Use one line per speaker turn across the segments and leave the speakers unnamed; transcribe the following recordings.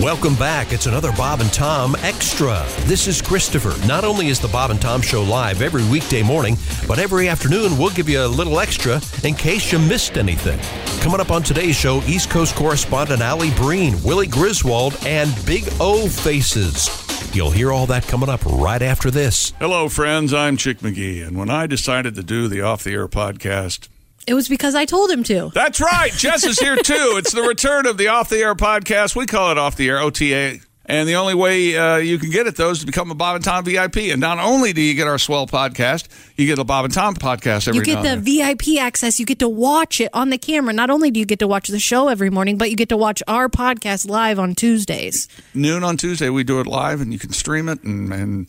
Welcome back. It's another Bob and Tom Extra. This is Christopher. Not only is the Bob and Tom Show live every weekday morning, but every afternoon we'll give you a little extra in case you missed anything. Coming up on today's show, East Coast correspondent Allie Breen, Willie Griswold, and Big O Faces. You'll hear all that coming up right after this.
Hello, friends. I'm Chick McGee, and when I decided to do the Off the Air podcast,
It was because I told him to.
that's right. Jess is here too. It's the return of the Off the Air podcast. We call it Off the Air OTA, and the only way uh, you can get it though is to become a Bob and Tom VIP. And not only do you get our swell podcast, you get a Bob and Tom podcast every
You get
now
the
and then.
VIP access. You get to watch it on the camera. Not only do you get to watch the show every morning, but you get to watch our podcast live on Tuesdays.
noon on Tuesday. We do it live, and you can stream it and. and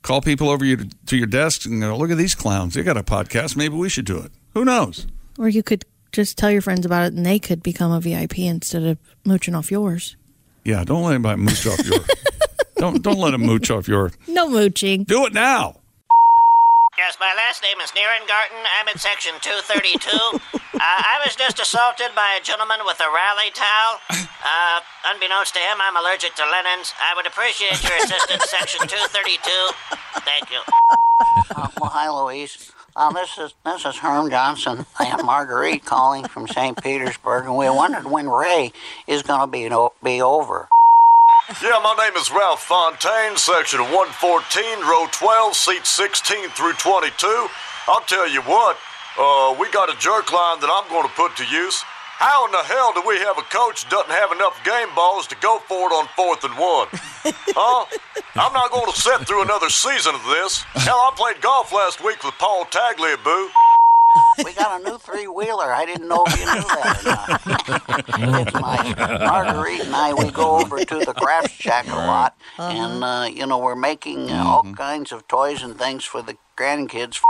Call people over you to, to your desk and go, look at these clowns. They got a podcast. Maybe we should do it. Who knows?
Or you could just tell your friends about it and they could become a VIP instead of mooching off yours.
Yeah, don't let anybody mooch off your. don't don't let him mooch off your.
No mooching.
Do it now.
Yes, my last name is Nierengarten. I'm in section 232. uh, I was just assaulted by a gentleman with a rally towel. Uh, unbeknownst to him, I'm allergic to linens. I would appreciate your assistance, section 232. Thank you. Uh, well, hi, Louise. Uh, this is this is Herm Johnson and Marguerite calling from St. Petersburg, and we wondered when Ray is going to be be over.
Yeah, my name is Ralph Fontaine, section 114, row 12, seat 16 through 22. I'll tell you what, uh, we got a jerk line that I'm going to put to use. How in the hell do we have a coach that doesn't have enough game balls to go for it on fourth and one? Huh? I'm not going to sit through another season of this. Hell, I played golf last week with Paul Tagliabue.
We got a new three wheeler. I didn't know if you knew that or not. it's my Marguerite and I. We go over to the craft shack a lot, and uh, you know we're making uh, all kinds of toys and things for the grandkids.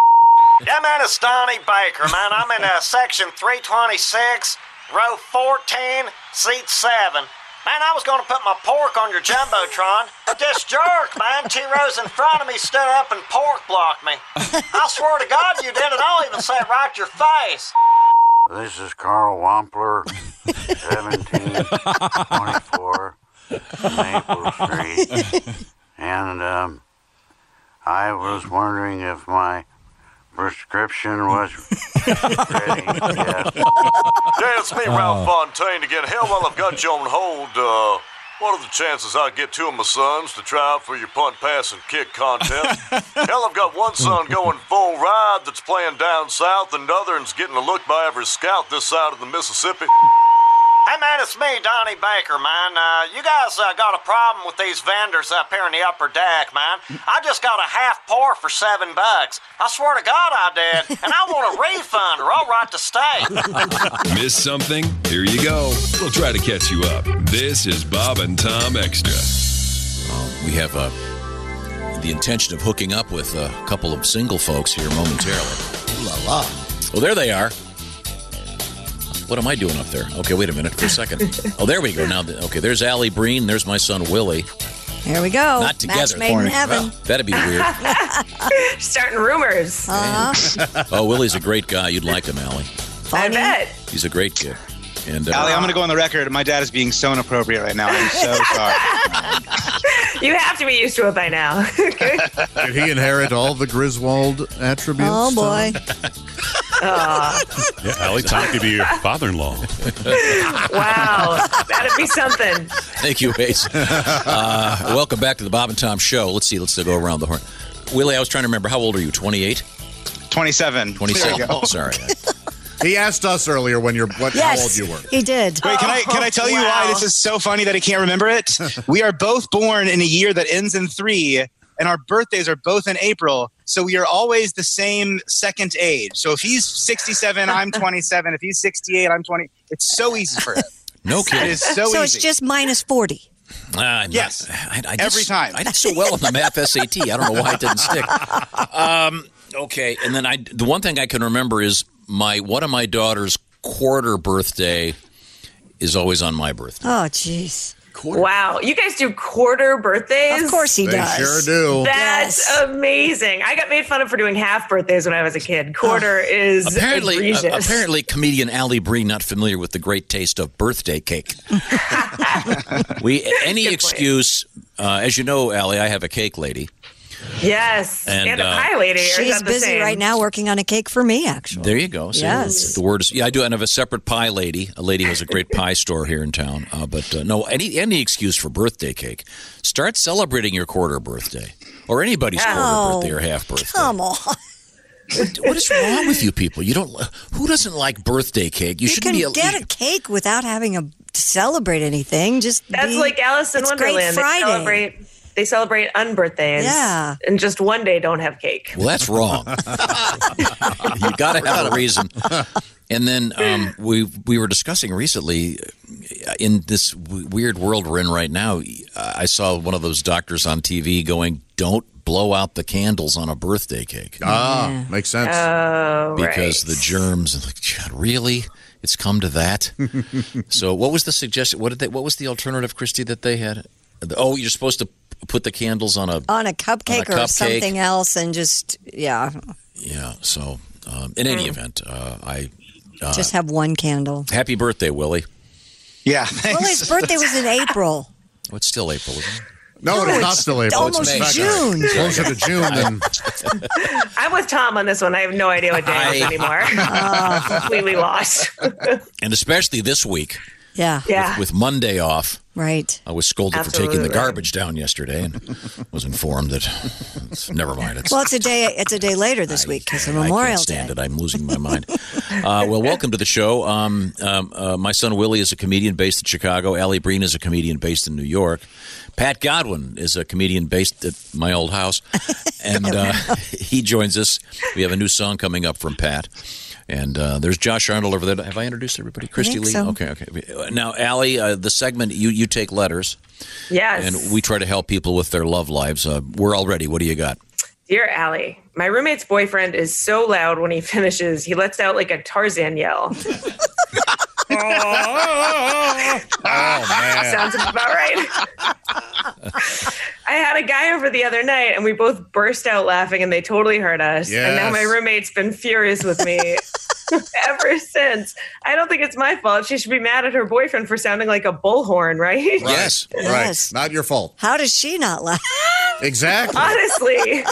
Yeah, man, it's Donnie Baker, man. I'm in uh, section 326, row 14, seat 7. Man, I was going to put my pork on your Jumbotron, but this jerk, man, two rows in front of me stood up and pork blocked me. I swear to God you did it. I'll even say it right to your face. This is Carl Wampler, 1724 Maple Street. And um, I was wondering if my prescription was ready.
Yeah, it's me, Ralph Fontaine, again. Hell, while I've got you on hold, uh, what are the chances I get two of my sons to try out for your punt, pass, and kick contest? Hell, I've got one son going full ride that's playing down south, and the other one's getting a look by every scout this side of the Mississippi.
Hey man, it's me, Donnie Baker, man. Uh, you guys uh, got a problem with these vendors up here in the upper deck, man. I just got a half pour for seven bucks. I swear to God I did. And I want a refund or I'll write to state.
Miss something? Here you go. We'll try to catch you up. This is Bob and Tom Extra.
We have uh, the intention of hooking up with a couple of single folks here momentarily. Ooh la la. Oh, there they are. What am I doing up there? Okay, wait a minute for a second. oh, there we go. Now, th- okay, there's Allie Breen. There's my son Willie.
There we go.
Not
Oh, Match
together.
made in heaven.
Well, that'd be weird.
starting rumors.
oh, Willie's a great guy. You'd like him, Allie.
I bet.
He's a great kid. And uh,
Allie, I'm going to go on the record. My dad is being so inappropriate right now. I'm so sorry.
You have to be used to it by now.
Did he inherit all the Griswold attributes?
Oh boy.
Yeah, Allie Tom could be your father-in-law.
wow. That'd be something.
Thank you, Ace. Uh, welcome back to the Bob and Tom Show. Let's see. Let's go around the horn. Willie, I was trying to remember. How old are you? 28?
27.
27.
There you go.
Sorry.
He asked us earlier when you're what how old
Yes,
you were.
he did.
Wait, can I can I tell you why this is so funny that I can't remember it? we are both born in a year that ends in three, and our birthdays are both in April, so we are always the same second age. So if he's 67, I'm 27. If he's 68, I'm 20. It's so easy for him.
No
It
kidding.
is so,
Oh, so
easy.
it's just minus forty.
Ah, I'm
Yes.
not- I, I
Every time.
I did so well on the math SAT. I don't know why it didn't stick. Um, okay, and then I the one thing I can remember is my one of my daughter's quarter birthday is always on my birthday.
Oh jeez.
Quarter.
Wow. You guys do quarter birthdays?
Of course he They does. um, sure do.
That's amazing. I got made fun of for doing half birthdays when I was a kid. Quarter is
Apparently, uh,
egregious.
apparently, comedian Ali Bree not familiar with the great taste of birthday cake. we any excuse, uh, as you know, Ali, I have a cake lady.
Yes.
And,
And,
uh,
a pie lady. or is
She's
that the
busy
same?
right now working on a cake for me, actually.
There you go. See,
Yes.
The word is yeah. I do, and I have a separate pie lady. A lady who has a great pie store here in town. Uh, but uh, no, any any excuse for birthday cake. Start celebrating your quarter birthday or anybody's
Oh.
quarter birthday or half birthday.
Come on.
what is wrong with you people? You don't. Who doesn't like birthday cake? You,
You, can
shouldn't be. a-
get a cake without having a, to celebrate anything. Just
That's
be-
like Alice in
it's Great
Wonderland. They
Friday.
celebrate they celebrate unbirthdays.
Yeah.
And just one day don't have cake.
Well, that's wrong. you got to have a reason. And then um, we we were discussing recently uh, in this w- weird world we're in right now. uh, I saw one of those doctors on TV going, "Don't blow out the candles on a birthday cake."
Ah, Yeah.
makes sense.
Oh,
because the germs. and Like, God, really? It's come to that. so, what was the suggestion? What did they? What was the alternative, Christy, that they had? Oh, you're supposed to put the candles on a
on a cupcake or
cupcake.
something else, and just yeah,
Yeah. So, um, in any
Mm.
event, uh, I uh,
just have one candle.
happy birthday, Willie.
Yeah.
Well, his birthday was in April.
Oh, it's still April. Isn't it?
No, it's not still April. It's
almost
in fact,
June.
uh, Closer to June than
I'm with Tom on this one. I have no idea what day it is
I-
anymore. Completely lost.
And especially this week
Yeah.
Yeah.
with Monday off.
Right.
I was
Uh,
scolded for taking the
Absolutely.
garbage down yesterday and was informed that never mind. It's,
Well, it's a day. It's a day later this week because of
I
Memorial
can't
Day.
stand it. I'm losing my mind. Uh, well, welcome to the show. Um, um, uh, my son Willie is a comedian based in Chicago. Allie Breen is a comedian based in New York. Pat Godwin is a comedian based at my old house, and uh, he joins us. We have a new song coming up from Pat. And uh, there's Josh Arnold over there. Have I introduced everybody? Christy
think
Lee.
so.
Okay, okay. Now, Allie, uh, the segment you you take letters,
Yes.
and we try to help people with their love lives. Uh, we're all ready. What do you got?
Dear Allie, my roommate's boyfriend is so loud when he finishes, he lets out like a Tarzan yell. Sounds about right. I had a guy over the other night and we both burst out laughing and they totally heard us. And now
Yes.
my roommate's been furious with me ever since. I don't think it's my fault. She should be mad at her boyfriend for sounding like a bullhorn, right?
Yes. Right.
Yes.
Not your fault.
How does she not laugh?
Exactly.
Honestly,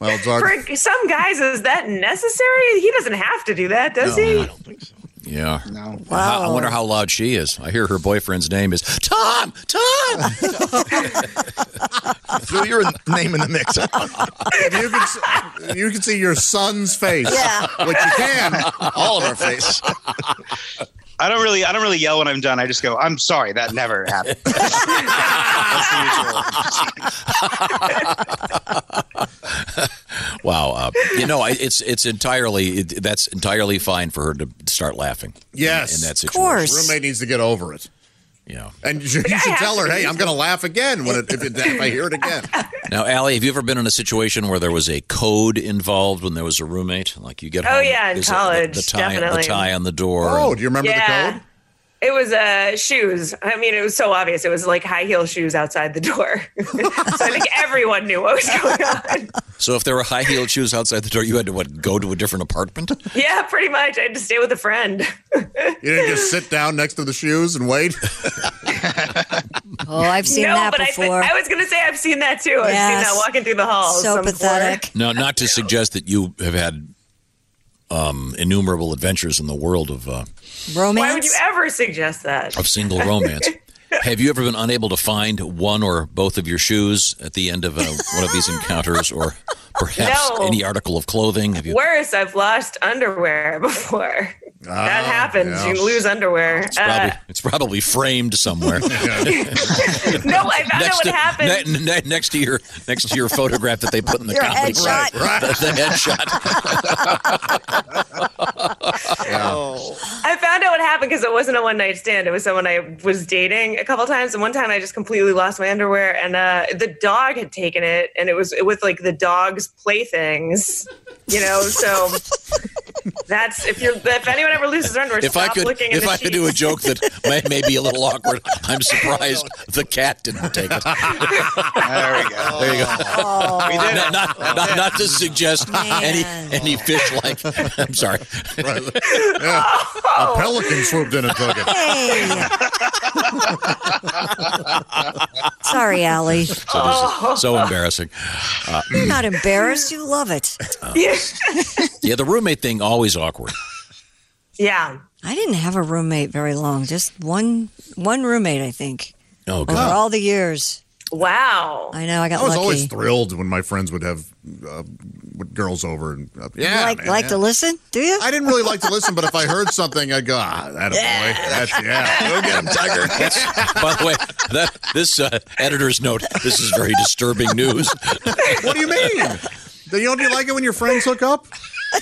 Well, dog.
for some guys, is that necessary? He doesn't have to do that, does
No,
he?
I don't Yeah. No.
Wow.
I wonder how loud she is. I hear her boyfriend's name is Tom. Tom.
Throw your name in the mix.
you can see, you can see your son's face.
Yeah.
Which you can.
All of our face. I don't really, I don't really yell when I'm done. I just go, "I'm sorry, that never happened."
wow. Uh, you know, I, it's it's entirely it, that's entirely fine for her to start laughing.
Yes.
In, in that situation.
Roommate needs to get over it.
Yeah.
And you should, you should tell her, hey, I'm going to laugh again when it, if, it, if I hear it again.
Now, Allie, have you ever been in a situation where there was a code involved when there was a roommate? Like you get
Oh,
home,
yeah, in
is it
college,
the, the tie
definitely.
the tie on the door.
Oh, do you remember
yeah. It was uh, shoes. I mean, it was so obvious. It was like high heel shoes outside the door. so I think everyone knew what was going on.
So if there were high heeled shoes outside the door, you had to what? Go to a different apartment?
Yeah, pretty much. I had to stay with a friend.
You didn't just sit down next to the shoes and wait.
oh, I've seen
no,
that
but
before.
I, thi- I was going to say I've seen that too. I've seen
Yes.
that walking through the halls.
So
on the floor.
pathetic.
Now, not to suggest that you have had um, innumerable adventures in the world of uh,
Romance.
Why would you ever suggest that?
of single romance. have you ever been unable to find one or both of your shoes at the end of uh one of these encounters, or perhaps
No.
any article of clothing? Have you?
Worse, I've lost underwear before. that happens.
yeah.
You can lose underwear.
Uh,
It's probably, it's probably framed somewhere.
Uh, no, I found out what
to,
happened.
ne- ne- next to your next to your photograph that they put in the
Your
comments.
headshot.
Right, right. The, the headshot.
I found out what happened because it wasn't a one night stand. It was someone I was dating a couple times, and one time I just completely lost my underwear, and uh, the dog had taken it, and it was with like the dog's playthings, you know. So
That's if you're if anyone ever loses their underwear,
if I
stop
could,
looking
if
in the
I
sheets.
could do a joke that may, may be a little awkward, I'm surprised the cat didn't take it. there
we go.
There you go.
We did
not,
it.
not, not, not to suggest any any fish like. I'm sorry.
A pelican swooped in and took it.
Hey. Sorry, Allie.
So, this is so embarrassing. Uh,
You're not embarrassed. You love it.
yeah, the roommate thing always awkward.
Yeah.
I didn't have a roommate very long. Just one one roommate, I think.
Oh,
Over all the years.
Wow.
I know. I got
I was
lucky.
always thrilled when my friends would have uh, would- girls over and uh,
You like
man,
like
yeah.
to listen? Do you?
I didn't really like to listen, but if I heard something, I'd go, ah, that a boy. That's, yeah, go get him, Tiger.
That's, by the way, that this uh, editor's note. This is very disturbing news.
What do you mean? Do you, do you like it when your friends hook up?
I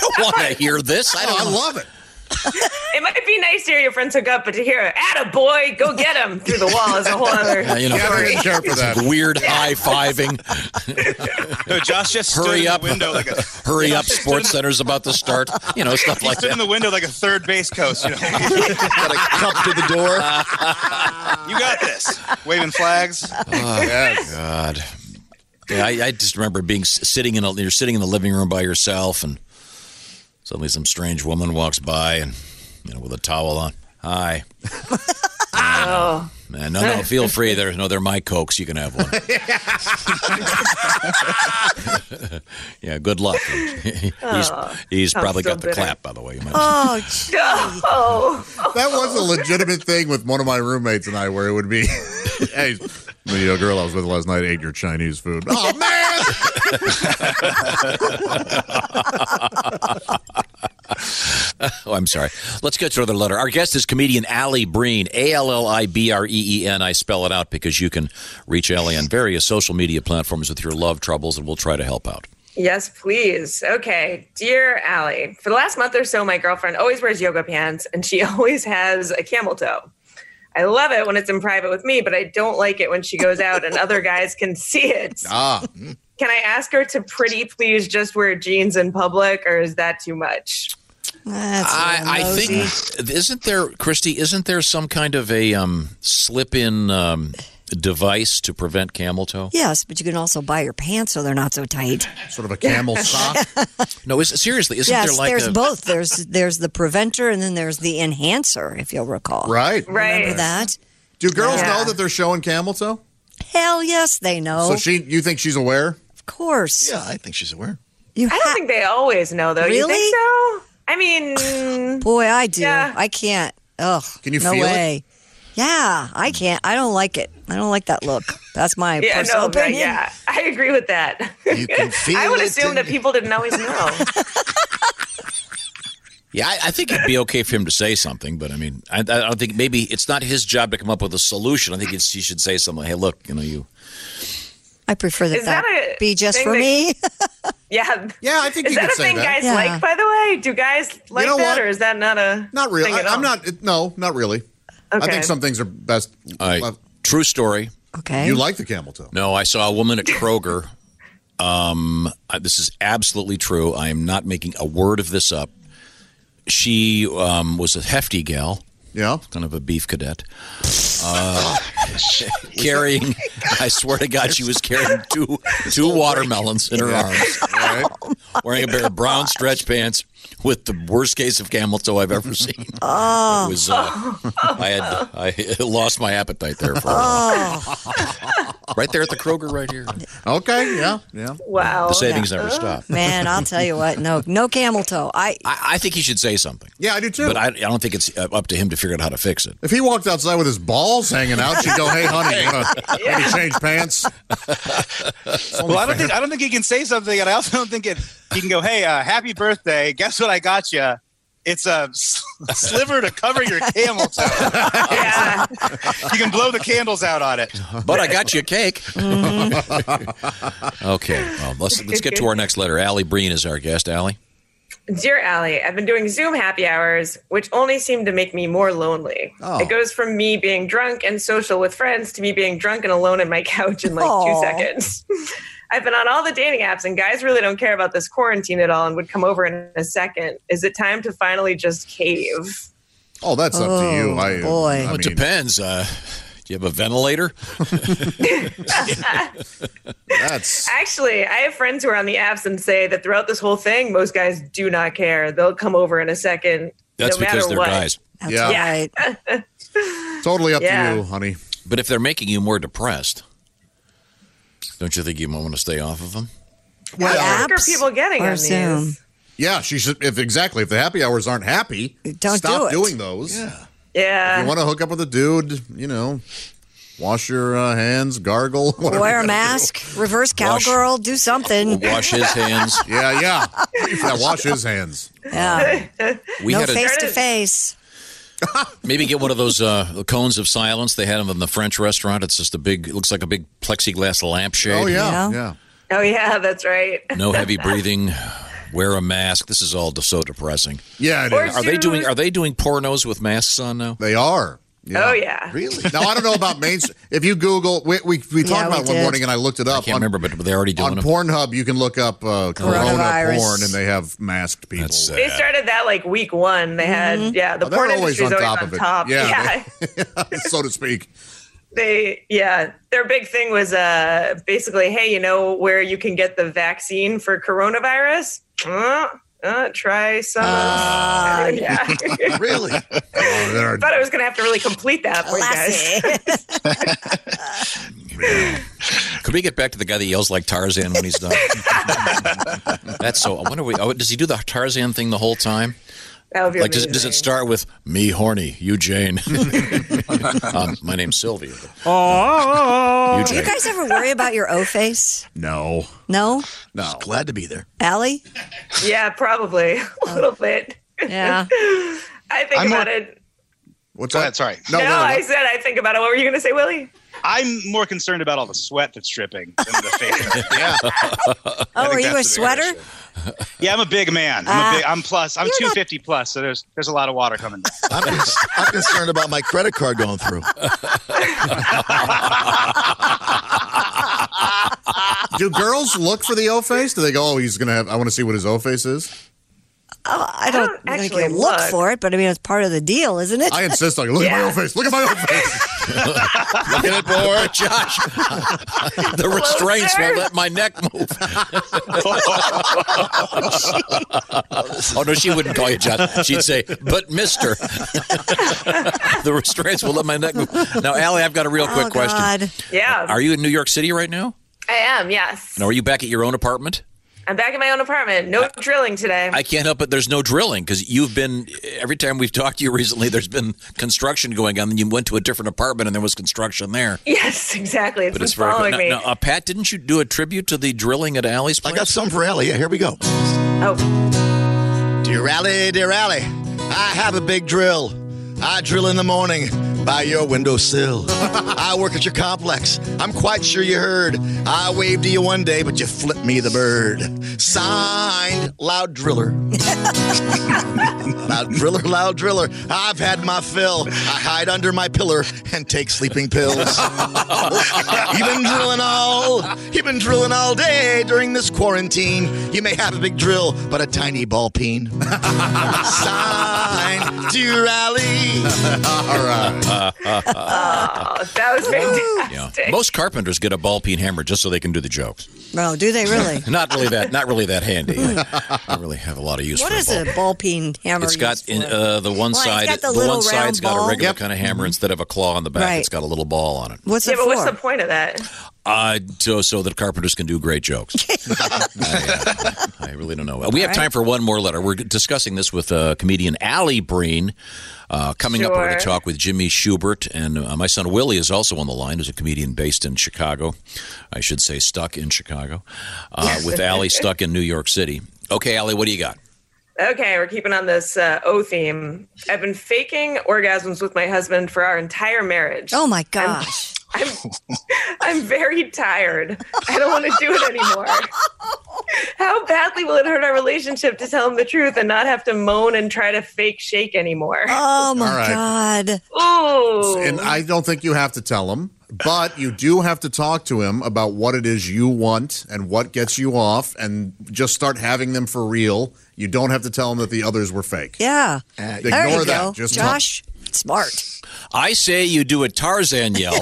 don't want to hear this. I don't.
I love it.
It might be nice to hear your friends hook up, but to hear "Atta boy, go get him" through the wall is a whole other.
Yeah, you know,
Yeah, I didn't care for
it's
that.
weird high fiving.
No, Josh just stood
Hurry
in
up!
the window like a
Hurry up!
stood in
Sports
the-
Center's about to start. You know stuff
he
like
stood in
that.
the window like a third base coach. You, know?
Got a cup to the door.
you got this. Waving flags.
Oh, God. Yeah, I, I just remember being s- sitting in a, you're sitting in the living room by yourself, and suddenly some strange woman walks by, and you know, with a towel on. Hi.
Oh.
Man, Uh, no, no, feel free. They're no, they're my cokes. You can have one. yeah, good luck. he's
Oh,
he's
I'm
probably
so
got the
bitter.
clap, by the way. You might
Oh,
Oh.
That was a legitimate thing with one of my roommates and I, where it would be, hey, the uh, girl I was with last night ate your Chinese food. Oh man!
Oh, I'm sorry. Let's get to another letter. Our guest is comedian Allie Breen, A L L I B R E E N. I spell it out because you can reach Allie on various social media platforms with your love troubles, and we'll try to help out.
Yes, please. Okay. Dear Allie, for the last month or so, my girlfriend always wears yoga pants and she always has a camel toe. I love it when it's in private with me, but I don't like it when she goes out and other guys can see it.
ah,
hmm.
Can I ask her to pretty please just wear jeans in public or is that too much?
That's
I, I
nosy.
think isn't there, Christy? Isn't there some kind of a um, slip-in um, device to prevent camel toe?
Yes, but you can also buy your pants so they're not so tight.
sort of a camel sock.
No, is, seriously, isn't
yes,
there like
there's
a,
both. There's there's the preventer and then there's the enhancer, if you'll recall.
Right.
Right.
Remember that?
Do girls
Yeah.
know that they're showing camel toe?
Hell yes, they know.
So she, you think she's aware?
of course.
Yeah, I think she's aware.
You
I don't
ha-
think they always know though. You
Really?
think so? I mean,
Boy, I do.
Yeah.
I can't. Ugh.
Can you
no
feel it?
way. Yeah, I can't. I don't like it. I don't like that look. That's my
yeah,
personal
no, but
opinion.
yeah, I agree with that.
You can feel
I would
it
assume
in-
that people didn't always know.
Yeah, I, I think it'd be okay for him to say something, but I mean, I, I don't think maybe it's not his job to come up with a solution. I think it's, he should say something. Hey, look, you know, you
I prefer that,
Is that
that
a
be just
thing
for
that-
me.
Yeah.
Yeah, I think
Is
you
that
could
a
say
thing
that.
guys
Yeah.
like, by the way? Do guys like
know
that,
what?
or is that not a
Not really.
Thing
I,
at all?
I'm not. it- No, not really. I
Okay.
think some things are best.
I,
left-
true story.
okay.
You like the camel toe?
No, Oh, I saw a woman at Kroger. Um, I- this is absolutely true. I am not making a word of this up. She um, was a hefty gal,
Yeah.
kind of a beef cadet, uh, carrying. I swear to God, she was carrying two two watermelons in her arms,
All right.
wearing a pair of brown stretch pants with the worst case of camel toe I've ever seen. Oh, it was. Uh, I had I lost my appetite there for a while.
Oh.
right there at the Kroger, right here.
Okay. Yeah. Yeah.
Wow.
The savings never stop.
Man, I'll tell you what. No, no camel toe. I
I, I think he should say something.
Yeah, I do too.
But I, I don't think it's up to him to figure out how to fix it.
if he walked outside with his balls hanging out, she'd go, "Hey, honey, you want to maybe change pants?"
Well, I don't think I don't think he can say something, and I also don't think it. He can go, "Hey, uh, happy birthday! Guess what I got you? It's a s- sliver to cover your camel toe.
Yeah.
You can blow the candles out on it."
But I got you a cake. okay, well, let's let's get to our next letter. Allie Breen is our guest. Allie,
Dear Allie, I've been doing Zoom happy hours, which only seem to make me more lonely.
Oh.
It goes from me being drunk and social with friends to me being drunk and alone in my couch in like
Aw.
two seconds.
I've been on all the dating apps, and guys really don't care about this quarantine at all and would come over in a second. Is it time to finally just cave?
Oh, that's up to you.
Oh,
I,
boy.
I
Well, it
mean-
depends. Uh, do you have a ventilator?
That's
Actually, I have friends who are on the apps and say that throughout this whole thing, most guys do not care. They'll come over in a second.
That's
no matter
because they're
what.
guys. That's
Yeah.
right.
totally up
Yeah.
to you, honey.
But if they're making you more depressed, don't you think you might want to stay off of them?
How sick are people getting
or
on
Zoom.
these?
Yeah, she should. If exactly, if the happy hours aren't happy,
Don't
stop
do it.
doing those. Yeah.
Yeah.
You want to hook up with a dude, you know, wash your uh, hands, gargle, whatever
Wear
you
a
gotta
mask, reverse
Wash-
cowgirl, do something.
do. yeah, yeah. Yeah, wash his hands.
Yeah.
We
no
had a-
face to face.
Maybe get one of those uh, cones of silence. They had them in the French restaurant. It's just a big, it looks like a big plexiglass lampshade.
Oh yeah, yeah.
Oh, yeah, that's right.
No heavy breathing. Wear a mask. This is all so depressing.
Yeah, it
Or
Are they
do-
doing? Are they doing pornos with masks on now?
They are.
Oh, yeah.
Really? Now I don't know about main. If you Google, we we, we talked
Yeah,
about
we
it one
did.
morning, and I looked it up.
I can't
on,
remember, but they're already doing
on
them.
Pornhub, you can look up uh, Corona
Coronavirus.
porn, and they have masked people.
They started that like week one. They had
Mm-hmm.
yeah, the
Oh, they're
porn
always
industry's
on
always
top
on
of it.
top.
Yeah,
yeah.
so to speak.
they yeah their big thing was uh basically hey you know where you can get the vaccine for coronavirus uh, uh, try some of- yeah
really Ah. Oh, they're-
thought i was gonna have to really complete that for you guys
Could we get back to the guy that yells like Tarzan when he's done? That's so. I wonder. We, oh, does he do the Tarzan thing the whole time?
that would be
Like, does, does it start with me horny, you Jane? um, my name's Sylvia.
oh
Do you guys ever worry about your O face?
No,
No?
no.
glad to be there.
Allie?
yeah probably
Oh.
a little bit
Yeah.
i think
I'm more-
about it
What's
Go
that?
ahead, sorry.
no, i said i think about it what were you gonna say willie
I'm more concerned about all the sweat that's dripping than the face.
Yeah.
Oh,
think
are you a
that's the bigger
sweater?
yeah, I'm a big man. I'm,
Ah.
a big, I'm plus. I'm
You're not-
250 plus, so there's there's a lot of water coming. down.
I'm, cons- I'm concerned about my credit card going through.
Do girls look for the O face? Do they go, oh, he's going to have, I want to see what his O face is?
Oh, I don't,
don't
think
actually
you look
look.
for it, but I mean, it's part of the deal, isn't it?
I insist on it. Look at my O face. Look at my O face.
Look at it, boy, Josh. the restraints
Closer.
won't let my neck move. oh no, she wouldn't call you Josh. She'd say, "But Mister." the restraints will let my neck move. Now, Allie, I've got a real
oh,
quick question.
God.
yeah
Are you in New York City right now?
i am yes
And are you back at your own apartment?
i'm back in my own apartment no drilling today
I can't help but there's no drilling because you've been every time we've talked to you recently. There's been construction going on. Then you went to a different apartment and there was construction there.
yes exactly it's
But
been
it's very
following
now,
me
now, uh, Pat, didn't you do a tribute to the drilling at Allie's place?
I got some for Allie. Yeah, here we go.
oh
Dear Allie, dear Allie, I have a big drill. I drill in the morning by your windowsill. I work at your complex. I'm quite sure you heard. I waved to you one day, but you flipped me the bird. Signed, Loud Driller. loud driller, loud driller. I've had my fill. I hide under my pillar and take sleeping pills. You've been drilling all. You've been drilling all day during this quarantine. You may have a big drill, but a tiny ball peen. Sign, dear Ally.
All right.
Oh, that was fantastic.
Yeah. Most carpenters get a ball peen hammer just so they can do the jokes.
No, Oh, do they really?
Not really that. Not really that handy. I don't really have a lot of use
what
for
is
a ball.
a ball peen hammer?
It's got
used
in,
for?
uh, the one
Well, it's
side.
got the
the
little
one side's
round
got a
ball.
regular
Yep.
kind of hammer instead of a claw on the back.
Right.
It's got a little ball on it.
What's
yeah,
it
but
for?
what's the point of that?
Uh, so, so that carpenters can do great jokes. I, uh, I really don't know. We have
right.
time for one more letter. We're discussing this with uh, comedian Allie Breen. Uh, coming up, we're going to
Sure.
talk with Jimmy Schubert. And uh, my son Willie is also on the line, who's a comedian based in Chicago. I should say, stuck in Chicago, uh, with Allie stuck in New York City. Okay, Allie, what do you got?
Okay, we're keeping on this uh, O theme. I've been faking orgasms with my husband for our entire marriage.
oh, my gosh.
I'm, I'm very tired. I don't want to do it anymore. How badly will it hurt our relationship to tell him the truth and not have to moan and try to fake shake anymore?
Oh, my
All right.
God.
Ooh.
And I don't think you have to tell him. But you do have to talk to him about what it is you want and what gets you off, and just start having them for real. You don't have to tell him that the others were fake.
Yeah.
Ignore
there you
that.
go.
Just talk-
Josh, smart.
I say you do a Tarzan yell.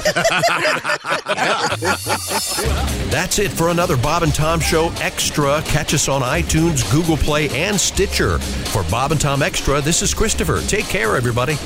That's it for another Bob and Tom Show Extra. Catch us on iTunes, Google Play, and Stitcher. For Bob and Tom Extra, this is Christopher. Take care, everybody.